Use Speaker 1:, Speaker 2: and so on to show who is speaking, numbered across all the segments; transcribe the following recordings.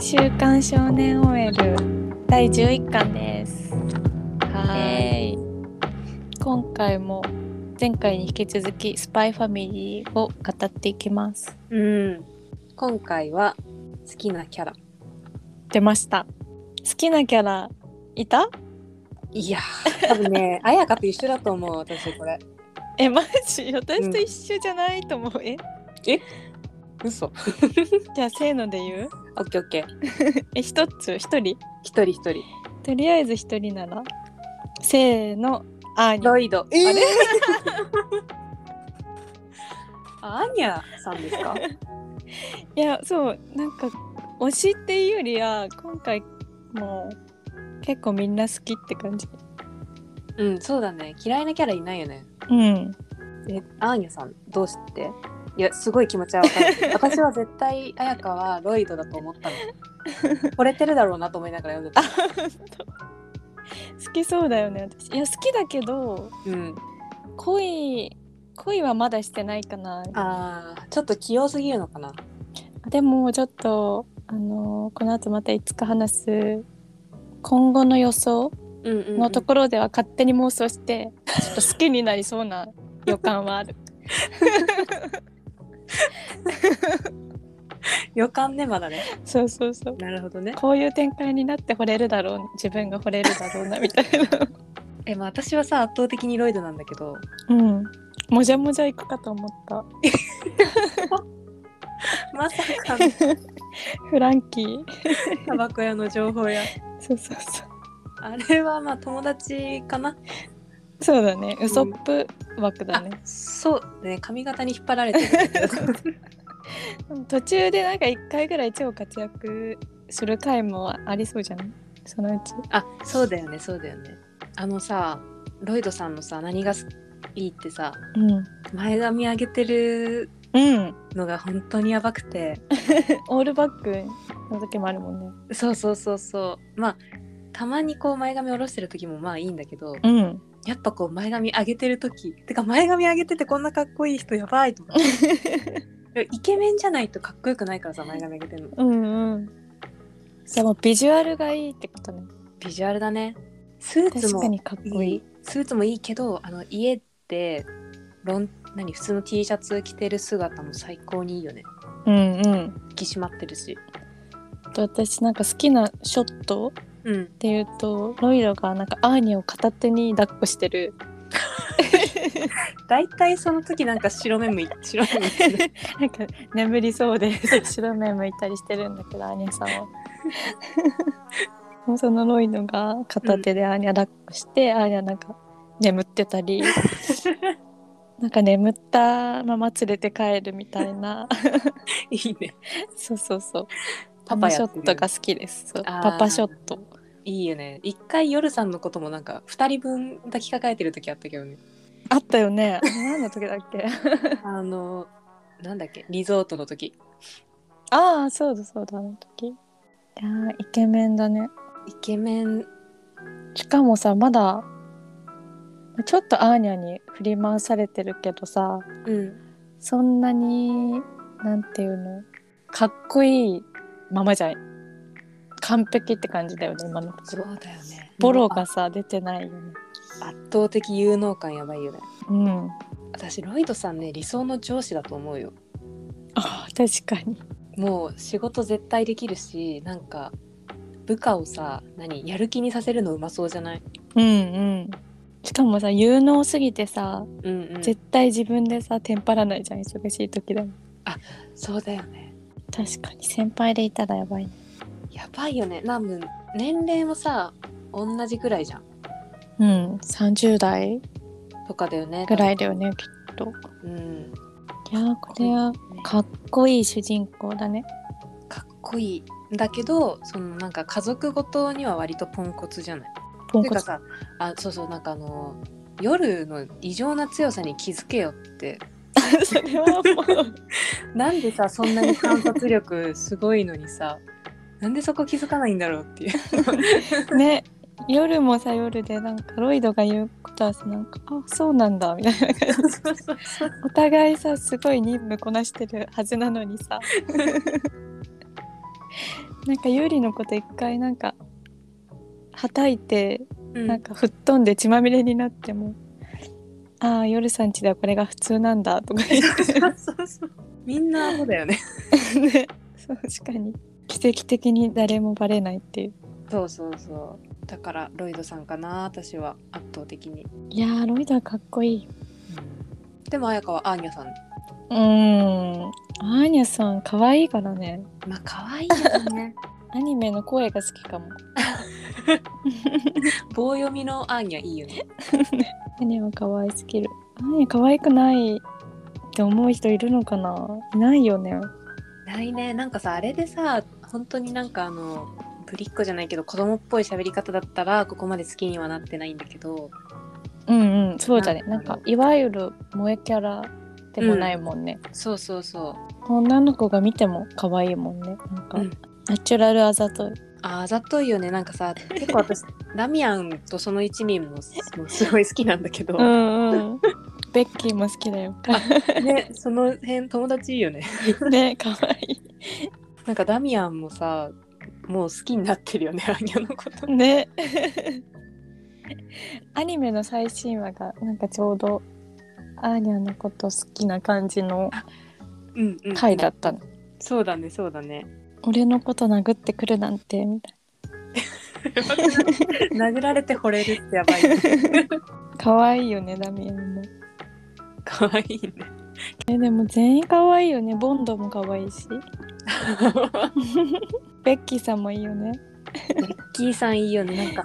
Speaker 1: 週刊少年 OL 第11巻です、
Speaker 2: は
Speaker 1: えー今回も前回に引き続きスパイファミリーを語っていきます
Speaker 2: い。うん。今回は好きなキャラ。
Speaker 1: 出ました好きなキャラいた
Speaker 2: いやー、多分 ね、あやかと一緒だと思う、私これ。
Speaker 1: えマジ私と一緒じゃないと思う、え
Speaker 2: 嘘。オッ
Speaker 1: じゃあせーので言う
Speaker 2: ケーオッケー。
Speaker 1: え一つ一人
Speaker 2: 一人一人。
Speaker 1: とりあえず一人ならせーのアーニャ
Speaker 2: ロイド。
Speaker 1: えー
Speaker 2: あれ あアーニャさんです か
Speaker 1: いやそうなんか推しっていうよりは今回もう結構みんな好きって感じ
Speaker 2: うん、そうだね。嫌いなキャラいないよね。
Speaker 1: うん
Speaker 2: え、アーニャさん、どうしていや、すごい気持ちはわかる。私は絶対、あやかはロイドだと思 ったの。惚れてるだろうなと思いながら読んでた。
Speaker 1: 好きそうだよね私いや好きだけど
Speaker 2: うん。
Speaker 1: 恋恋はまだしてないかな
Speaker 2: ああ、ちょっと器用すぎるのかな。
Speaker 1: でもちょっとあのーこの後またいつか話す今後の予想
Speaker 2: うんうん、
Speaker 1: のところでは勝手に妄想して、ちょっと好きになりそうな予感はある
Speaker 2: 予感ねまだね
Speaker 1: そうそうそう
Speaker 2: なるほどね
Speaker 1: こういう展開になって惚れるだろう自分が惚れるだろうなみたいな
Speaker 2: え、まあ、私はさ圧倒的にロイドなんだけど
Speaker 1: うんもじゃもじゃいくかと思った
Speaker 2: まさか
Speaker 1: フランキー
Speaker 2: タバコ屋の情報や
Speaker 1: そうそうそう
Speaker 2: あれはまあ友達かな
Speaker 1: そうだね。ウソップ枠だね。
Speaker 2: そうね髪型に引っ張られてる
Speaker 1: 途中でなんか一回ぐらい超活躍する回もありそうじゃない？そのうち。
Speaker 2: あそうだよねそうだよねあのさロイドさんのさ何がいいってさ
Speaker 1: うん。
Speaker 2: 前髪上げてる
Speaker 1: うん。
Speaker 2: のが本当にやばくて
Speaker 1: オールバックの時もあるもんね。
Speaker 2: そうそうそうそうまあたまにこう前髪下ろしてる時もまあいいんだけど、
Speaker 1: うん。
Speaker 2: やっぱこう前髪上げてる時てか前髪上げててこんなかっこいい人やばいと思って イケメンじゃないとかっこよくないからさ前髪上げてるの
Speaker 1: うんうん。じゃあもうビジュアルがいいってことね。
Speaker 2: ビジュアルだねスーツ
Speaker 1: 確
Speaker 2: も
Speaker 1: かにかっこいい。
Speaker 2: スーツもいいけどあの家でロン何普通の T シャツ着てる姿も最高にいいよね
Speaker 1: うんうん。
Speaker 2: 引き締まってるし
Speaker 1: あと私なんか好きなショットっ
Speaker 2: うん
Speaker 1: ていうとロイドがなんかアーニャを片手に抱っこしてる。
Speaker 2: 大体その時なんか白目むい白目むいてる
Speaker 1: なんか眠りそうで 白目向いたりしてるんだけどアーニャさんは。 もうそのロイドが片手でアーニャ抱っこして、アーニャなんか眠ってた りなんか眠ったまま連れて帰るみたい な
Speaker 2: いいね
Speaker 1: そうそうそうパ
Speaker 2: パパ
Speaker 1: パ
Speaker 2: や
Speaker 1: ショ
Speaker 2: ってる
Speaker 1: ットが好きですそう
Speaker 2: あー
Speaker 1: パパショット
Speaker 2: いいよね一回夜さんのこともなんか2人分抱きかかえてる時あったけどね
Speaker 1: あったよねあれ何の時だっけ
Speaker 2: あのなんだっけリゾートの時
Speaker 1: ああそうだそうだあの時いやーイケメンだね
Speaker 2: イケメン
Speaker 1: しかもさまだちょっとアーニャに振り回されてるけどさ
Speaker 2: うん
Speaker 1: そんなになんていうのかっこいいままじゃん完璧って感じだよね今の
Speaker 2: そうだよね
Speaker 1: ボロがさ出てないよね
Speaker 2: あ圧倒的有能感やばいよね
Speaker 1: うん
Speaker 2: 私ロイドさんね理想の上司だと思うよ
Speaker 1: あー確かに
Speaker 2: もう仕事絶対できるしなんか部下をさ何やる気にさせるのうまそうじゃない
Speaker 1: うんうんしかもさ有能すぎてさ、
Speaker 2: うんうん
Speaker 1: 絶対自分でさテンパらないじゃん忙しい時でも
Speaker 2: そうだよね
Speaker 1: 確かに先輩でいたらやばいね
Speaker 2: やばいよね多分年齢もさ同じぐらいじゃん
Speaker 1: うん30代
Speaker 2: とかだよね
Speaker 1: ぐらいだよねきっと
Speaker 2: うん
Speaker 1: いやーこれはかっこいい主人公だね
Speaker 2: かっこいいだけどそのなんか家族ごとには割とポンコツじゃない
Speaker 1: ポン
Speaker 2: て
Speaker 1: コ
Speaker 2: か
Speaker 1: ツ
Speaker 2: さあそうそうなんかあの夜の異常な強さに気づけよって
Speaker 1: それはもう
Speaker 2: なんでさそんなに観察力すごいのにさなんでそこ気づかないんだろうっていう
Speaker 1: ね夜もさ夜でなんかロイドが言うことはさなんかあそうなんだみたいな感じお互いさすごい任務こなしてるはずなのにさなんかユーリのこと一回なんかはたいて
Speaker 2: うん
Speaker 1: なんか吹っ飛んで血まみれになっても「ああ夜さんちではこれが普通なんだ」とか言
Speaker 2: そうそうそうみんなアホだよね
Speaker 1: って、 ね、そう確かに奇跡的に誰もバレないっていう。
Speaker 2: そうそうそうだからロイドさんかな私は圧倒的に、
Speaker 1: いやーロイドはかっこいいよ
Speaker 2: でも彩香はアーニャさん
Speaker 1: うーんアーニャさん可愛いからね
Speaker 2: まあ可愛いよね
Speaker 1: アニメの声が好きかも
Speaker 2: 棒読みのアーニャいいよね
Speaker 1: アニは可愛すぎる。アニ可愛くないって思う人いるのかないないよね。
Speaker 2: 来年なんかさあれでさ本当になんかあのぶりっ子じゃないけど子供っぽい喋り方だったらここまで好きにはなってないんだけど
Speaker 1: うんうん、そうだね。
Speaker 2: な
Speaker 1: なんん
Speaker 2: か
Speaker 1: か、いわゆる萌えキャラでもないもんね。
Speaker 2: そうそうそ
Speaker 1: 女の子が見ても可愛いもんね。なんか、
Speaker 2: うん
Speaker 1: ナチュラルあざとい。
Speaker 2: うああざといよねなんかさ結構 私ラミアンとその一人もすもうすごい好きなんだけど、
Speaker 1: んうん。ベッキーも好きだ よ。
Speaker 2: ねその辺友達いいよね
Speaker 1: ね、可愛
Speaker 2: なんかダミアンもさもう好きになってるよねアーニャのこと
Speaker 1: い。ね。 アニメの最新話が、なんかちょうど、アーニャのこと好きな感じの
Speaker 2: うんうん
Speaker 1: 回だったの。
Speaker 2: そうだねそうだね
Speaker 1: 俺のこと殴ってくるなんてみたい
Speaker 2: 殴られて惚れるってやばいよ ね
Speaker 1: な可愛いよねダミアンも
Speaker 2: 可愛いね
Speaker 1: えでも全員可愛いよねボンドも可愛い しベッキーさんもいいよね
Speaker 2: ベッキーさんいいよねなんか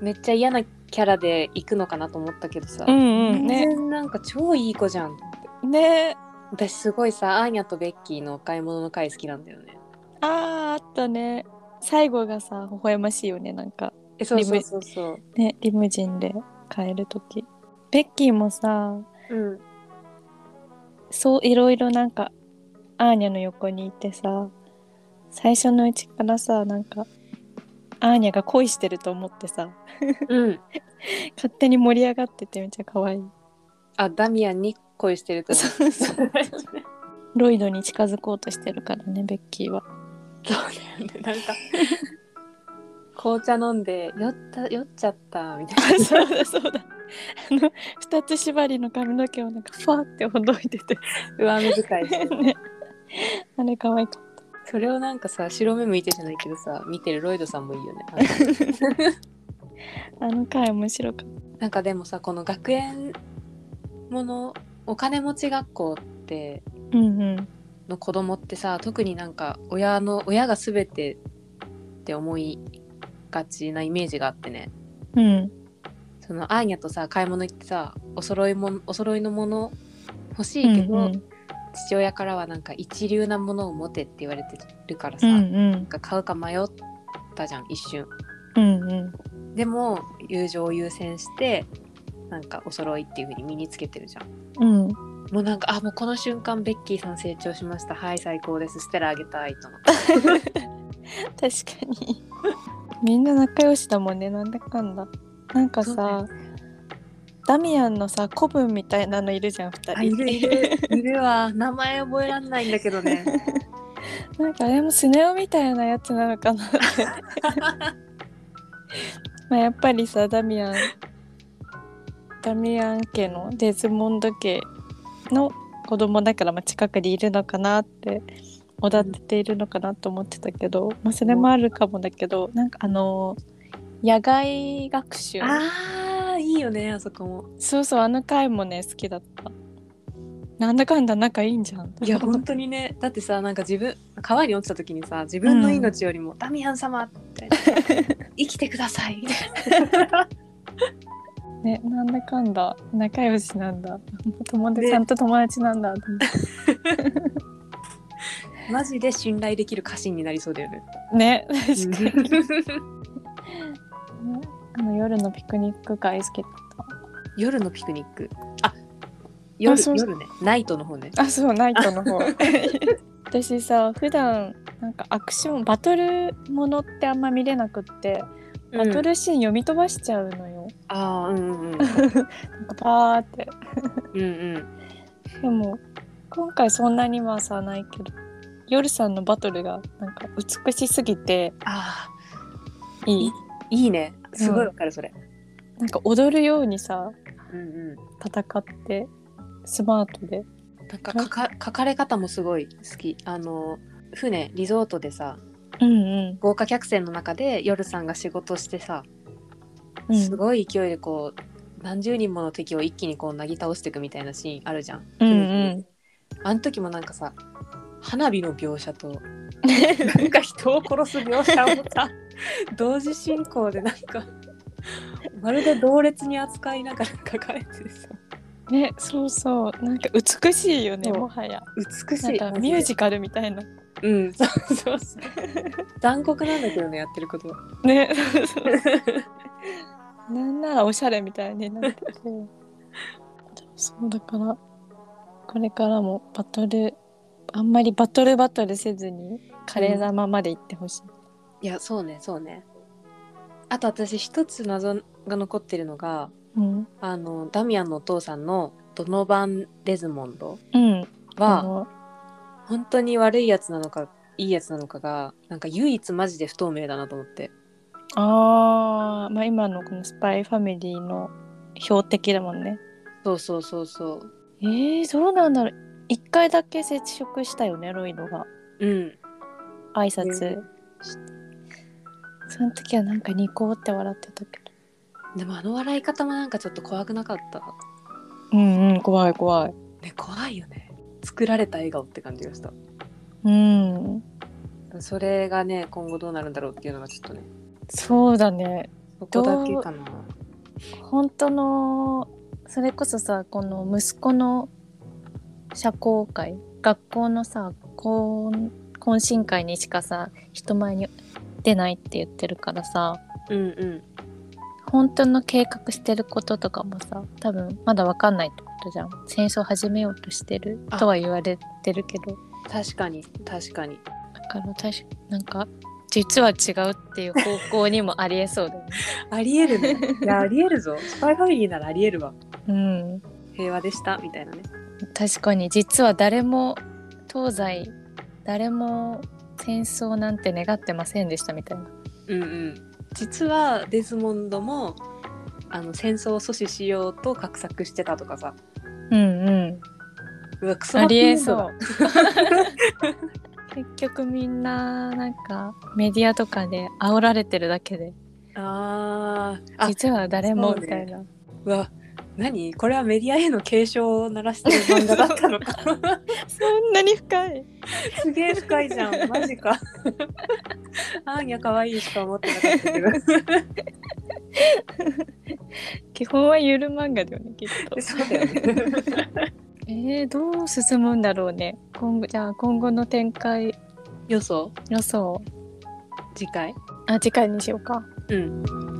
Speaker 2: めっちゃ嫌なキャラで行くのかなと思ったけどさ、
Speaker 1: ん
Speaker 2: 全然なんか超いい子じゃん
Speaker 1: ね
Speaker 2: 私すごいさアーニャとベッキーのお買い物の回好きなんだよね
Speaker 1: あーあったね最後がさ微笑ましいよねなんか
Speaker 2: えそうそうそうそう
Speaker 1: ねリムジンで帰る時ベッキーもさ
Speaker 2: うん
Speaker 1: そういろいろなんかアーニャの横にいてさ最初のうちからさなんかアーニャが恋してると思ってさ
Speaker 2: うん
Speaker 1: 勝手に盛り上がっててめっちゃ可 愛い
Speaker 2: あダミアンに恋してる と思う
Speaker 1: そうそうロイドに近づこうとしてるからねベッキー は
Speaker 2: そうだよねなんか紅茶飲んで酔った酔っちゃったみたいな
Speaker 1: うだそうだあの二つ縛りの髪の毛をなんかファーってほどいてて
Speaker 2: 上目遣いしてる
Speaker 1: ねあれ可愛かっ
Speaker 2: それをなんかさ白目向いてじゃないけどさ見てるロイドさんもいいよね
Speaker 1: たあの回面白かっ
Speaker 2: なんかでもさこの学園ものお金持ち学校って
Speaker 1: たうんうん
Speaker 2: の子供ってさ特になんか親の親が全てって思いがちなイメージがあってね
Speaker 1: うん
Speaker 2: そのアーニャとさ買い物行ってさお揃いもんお揃いのもの欲し
Speaker 1: い
Speaker 2: いけど、父親からはなんか一流なものを持てって言われてるから
Speaker 1: う
Speaker 2: さ、
Speaker 1: んう
Speaker 2: なん
Speaker 1: ん
Speaker 2: か買うか迷ったじゃん一瞬
Speaker 1: うんうん
Speaker 2: でも友情を優先してなんかお揃いっていう風に身につけてるじゃん
Speaker 1: うん
Speaker 2: もうなんかあもうこの瞬間ベッキーさん成長しましたはい最高ですステラあげたいと思って
Speaker 1: 確かにみんな仲良しだもんねなんだかんだなんか
Speaker 2: そうだ
Speaker 1: さ
Speaker 2: よ
Speaker 1: ダミアンのさ古文みたいなのいるじゃん二人
Speaker 2: るいるわ名前覚えらんないんだけどね
Speaker 1: なんかあれもスネ夫みたいなやつなのかなって まあやっぱりさダミアンダミアン家のデズモンド家の子供だから、まあ、近くにいるのかなっておだてているのかなと思ってたけど、まあ、それもあるかもだけどなんかあの野外学習
Speaker 2: あーいいよねあそこも
Speaker 1: そうそうあの回もね好きだったなんだかんだ仲いいんじゃん
Speaker 2: いや本当にねだってさなんか自分川に落ちた時にさ自分の命よりも「ダミアン様」み たいな「生きてください」みたい
Speaker 1: ね、なんだかんだ仲良しなんだ 友達ちゃんと友達なんだと 思って
Speaker 2: なマジで信頼できる家臣になりそうだよね。
Speaker 1: ね確かに、 あの夜のピクニック会好きだっ
Speaker 2: 夜のピクニックあ夜
Speaker 1: あそう
Speaker 2: 夜ねナイトの方ね
Speaker 1: あそうナイトの方 私さ普段なんかアクションバトルものってあんま見れなくってバト
Speaker 2: うん
Speaker 1: ルシーン読み飛ばしちゃうのよ、
Speaker 2: あーうん う
Speaker 1: なん
Speaker 2: ん
Speaker 1: かパーって
Speaker 2: うんうん
Speaker 1: でも今回そんなにはさないけど夜さんのバトルがなんか美しすぎて
Speaker 2: あ
Speaker 1: いい
Speaker 2: ーいいねすごいわかるそれ、
Speaker 1: なんか踊るようにさ
Speaker 2: うんうん
Speaker 1: 戦ってスマートで
Speaker 2: なんかかか書かれ方もすごい好きあの船リゾートでさ
Speaker 1: うん
Speaker 2: 豪華客船の中で夜さんが仕事してさ
Speaker 1: うん
Speaker 2: すごい勢いでこう何十人もの敵を一気にこうなぎ倒していくみたいなシーンあるじゃん。
Speaker 1: うんうん
Speaker 2: あの時もなんかさ花火の描写 となんか人を殺す描写をさ同時進行でなんかまるで同列に扱いながら書かれてるさ
Speaker 1: ねそうそうなんか美しいよね
Speaker 2: そう
Speaker 1: もはや
Speaker 2: 美し
Speaker 1: なん
Speaker 2: い
Speaker 1: かミュージカルみたいな
Speaker 2: うんそうそうそう残酷なんだけどねやってることは。
Speaker 1: ねなんならおしゃれみたいになっててそうだからこれからもバトルあんまりバトルバトルせずに華麗なままでいってほしい、
Speaker 2: いやそうねそうねあと私一つ謎が残ってるのが
Speaker 1: うん
Speaker 2: あのダミアンのお父さんのドノバン・レズモンド
Speaker 1: うん、あ
Speaker 2: は
Speaker 1: の
Speaker 2: 本当に悪いやつなのかいいやつなのかがなんか唯一マジで不透明だなと思って
Speaker 1: あー、まあ、今のこの「スパイファミリー」の標的だもんね
Speaker 2: そうそうそうそう
Speaker 1: えー、どうなんだろう一回だけ接触したよねロイドが
Speaker 2: うん
Speaker 1: 挨拶して、その時はなんかニコって笑ってたけど
Speaker 2: でもあの笑い方もなんかちょっと怖くなかった
Speaker 1: うんうん怖い怖い
Speaker 2: ね怖いよね作られた笑顔って感じがした
Speaker 1: うん
Speaker 2: それがね今後どうなるんだろうっていうのがちょっとね
Speaker 1: そうだね
Speaker 2: そこだけかな
Speaker 1: 本当のそれこそさこの息子の社交会学校のさ懇懇親会にしかさ人前に出ないって言ってるからさ
Speaker 2: うんうん
Speaker 1: 本当の計画してることとかもさ多分まだ分かんないってことじゃん戦争始めようとしてる
Speaker 2: あ
Speaker 1: とは言われてるけど
Speaker 2: 確かに確かに
Speaker 1: だから確かなんか実は違うっていう方向にもありえそうだよね。
Speaker 2: ありえる ね。いや、ありえるぞ。スパイファミリーならありえるわ。
Speaker 1: うん
Speaker 2: 平和でした、みたいなね。
Speaker 1: 確かに実は誰も東西誰も戦争なんて願ってませんでしたみたいな
Speaker 2: うんうん。実はデズモンドも、あの、戦争を阻止しようと画策してたとかさ。
Speaker 1: うんうん
Speaker 2: うわ、クソ
Speaker 1: ありえ
Speaker 2: ハッピーエンド
Speaker 1: そ
Speaker 2: だ
Speaker 1: う 結局みんななんかメディアとかで煽られてるだけで
Speaker 2: あーあ、
Speaker 1: 実は誰
Speaker 2: そ
Speaker 1: も
Speaker 2: うね
Speaker 1: みたいな、
Speaker 2: うわ、何これはメディアへの警鐘を鳴らしてる漫画だったのか。
Speaker 1: そんなに深い
Speaker 2: すげえ深いじゃん。マジ か。アーニャ可愛いしか思ってなかったけど。
Speaker 1: 基本はゆる漫画だよねきっと
Speaker 2: そうだよ ね。
Speaker 1: えー、どう進むんだろうね今後じゃあ今後の展開
Speaker 2: 予想
Speaker 1: 予想
Speaker 2: 次回
Speaker 1: あ次回にしようか
Speaker 2: うん。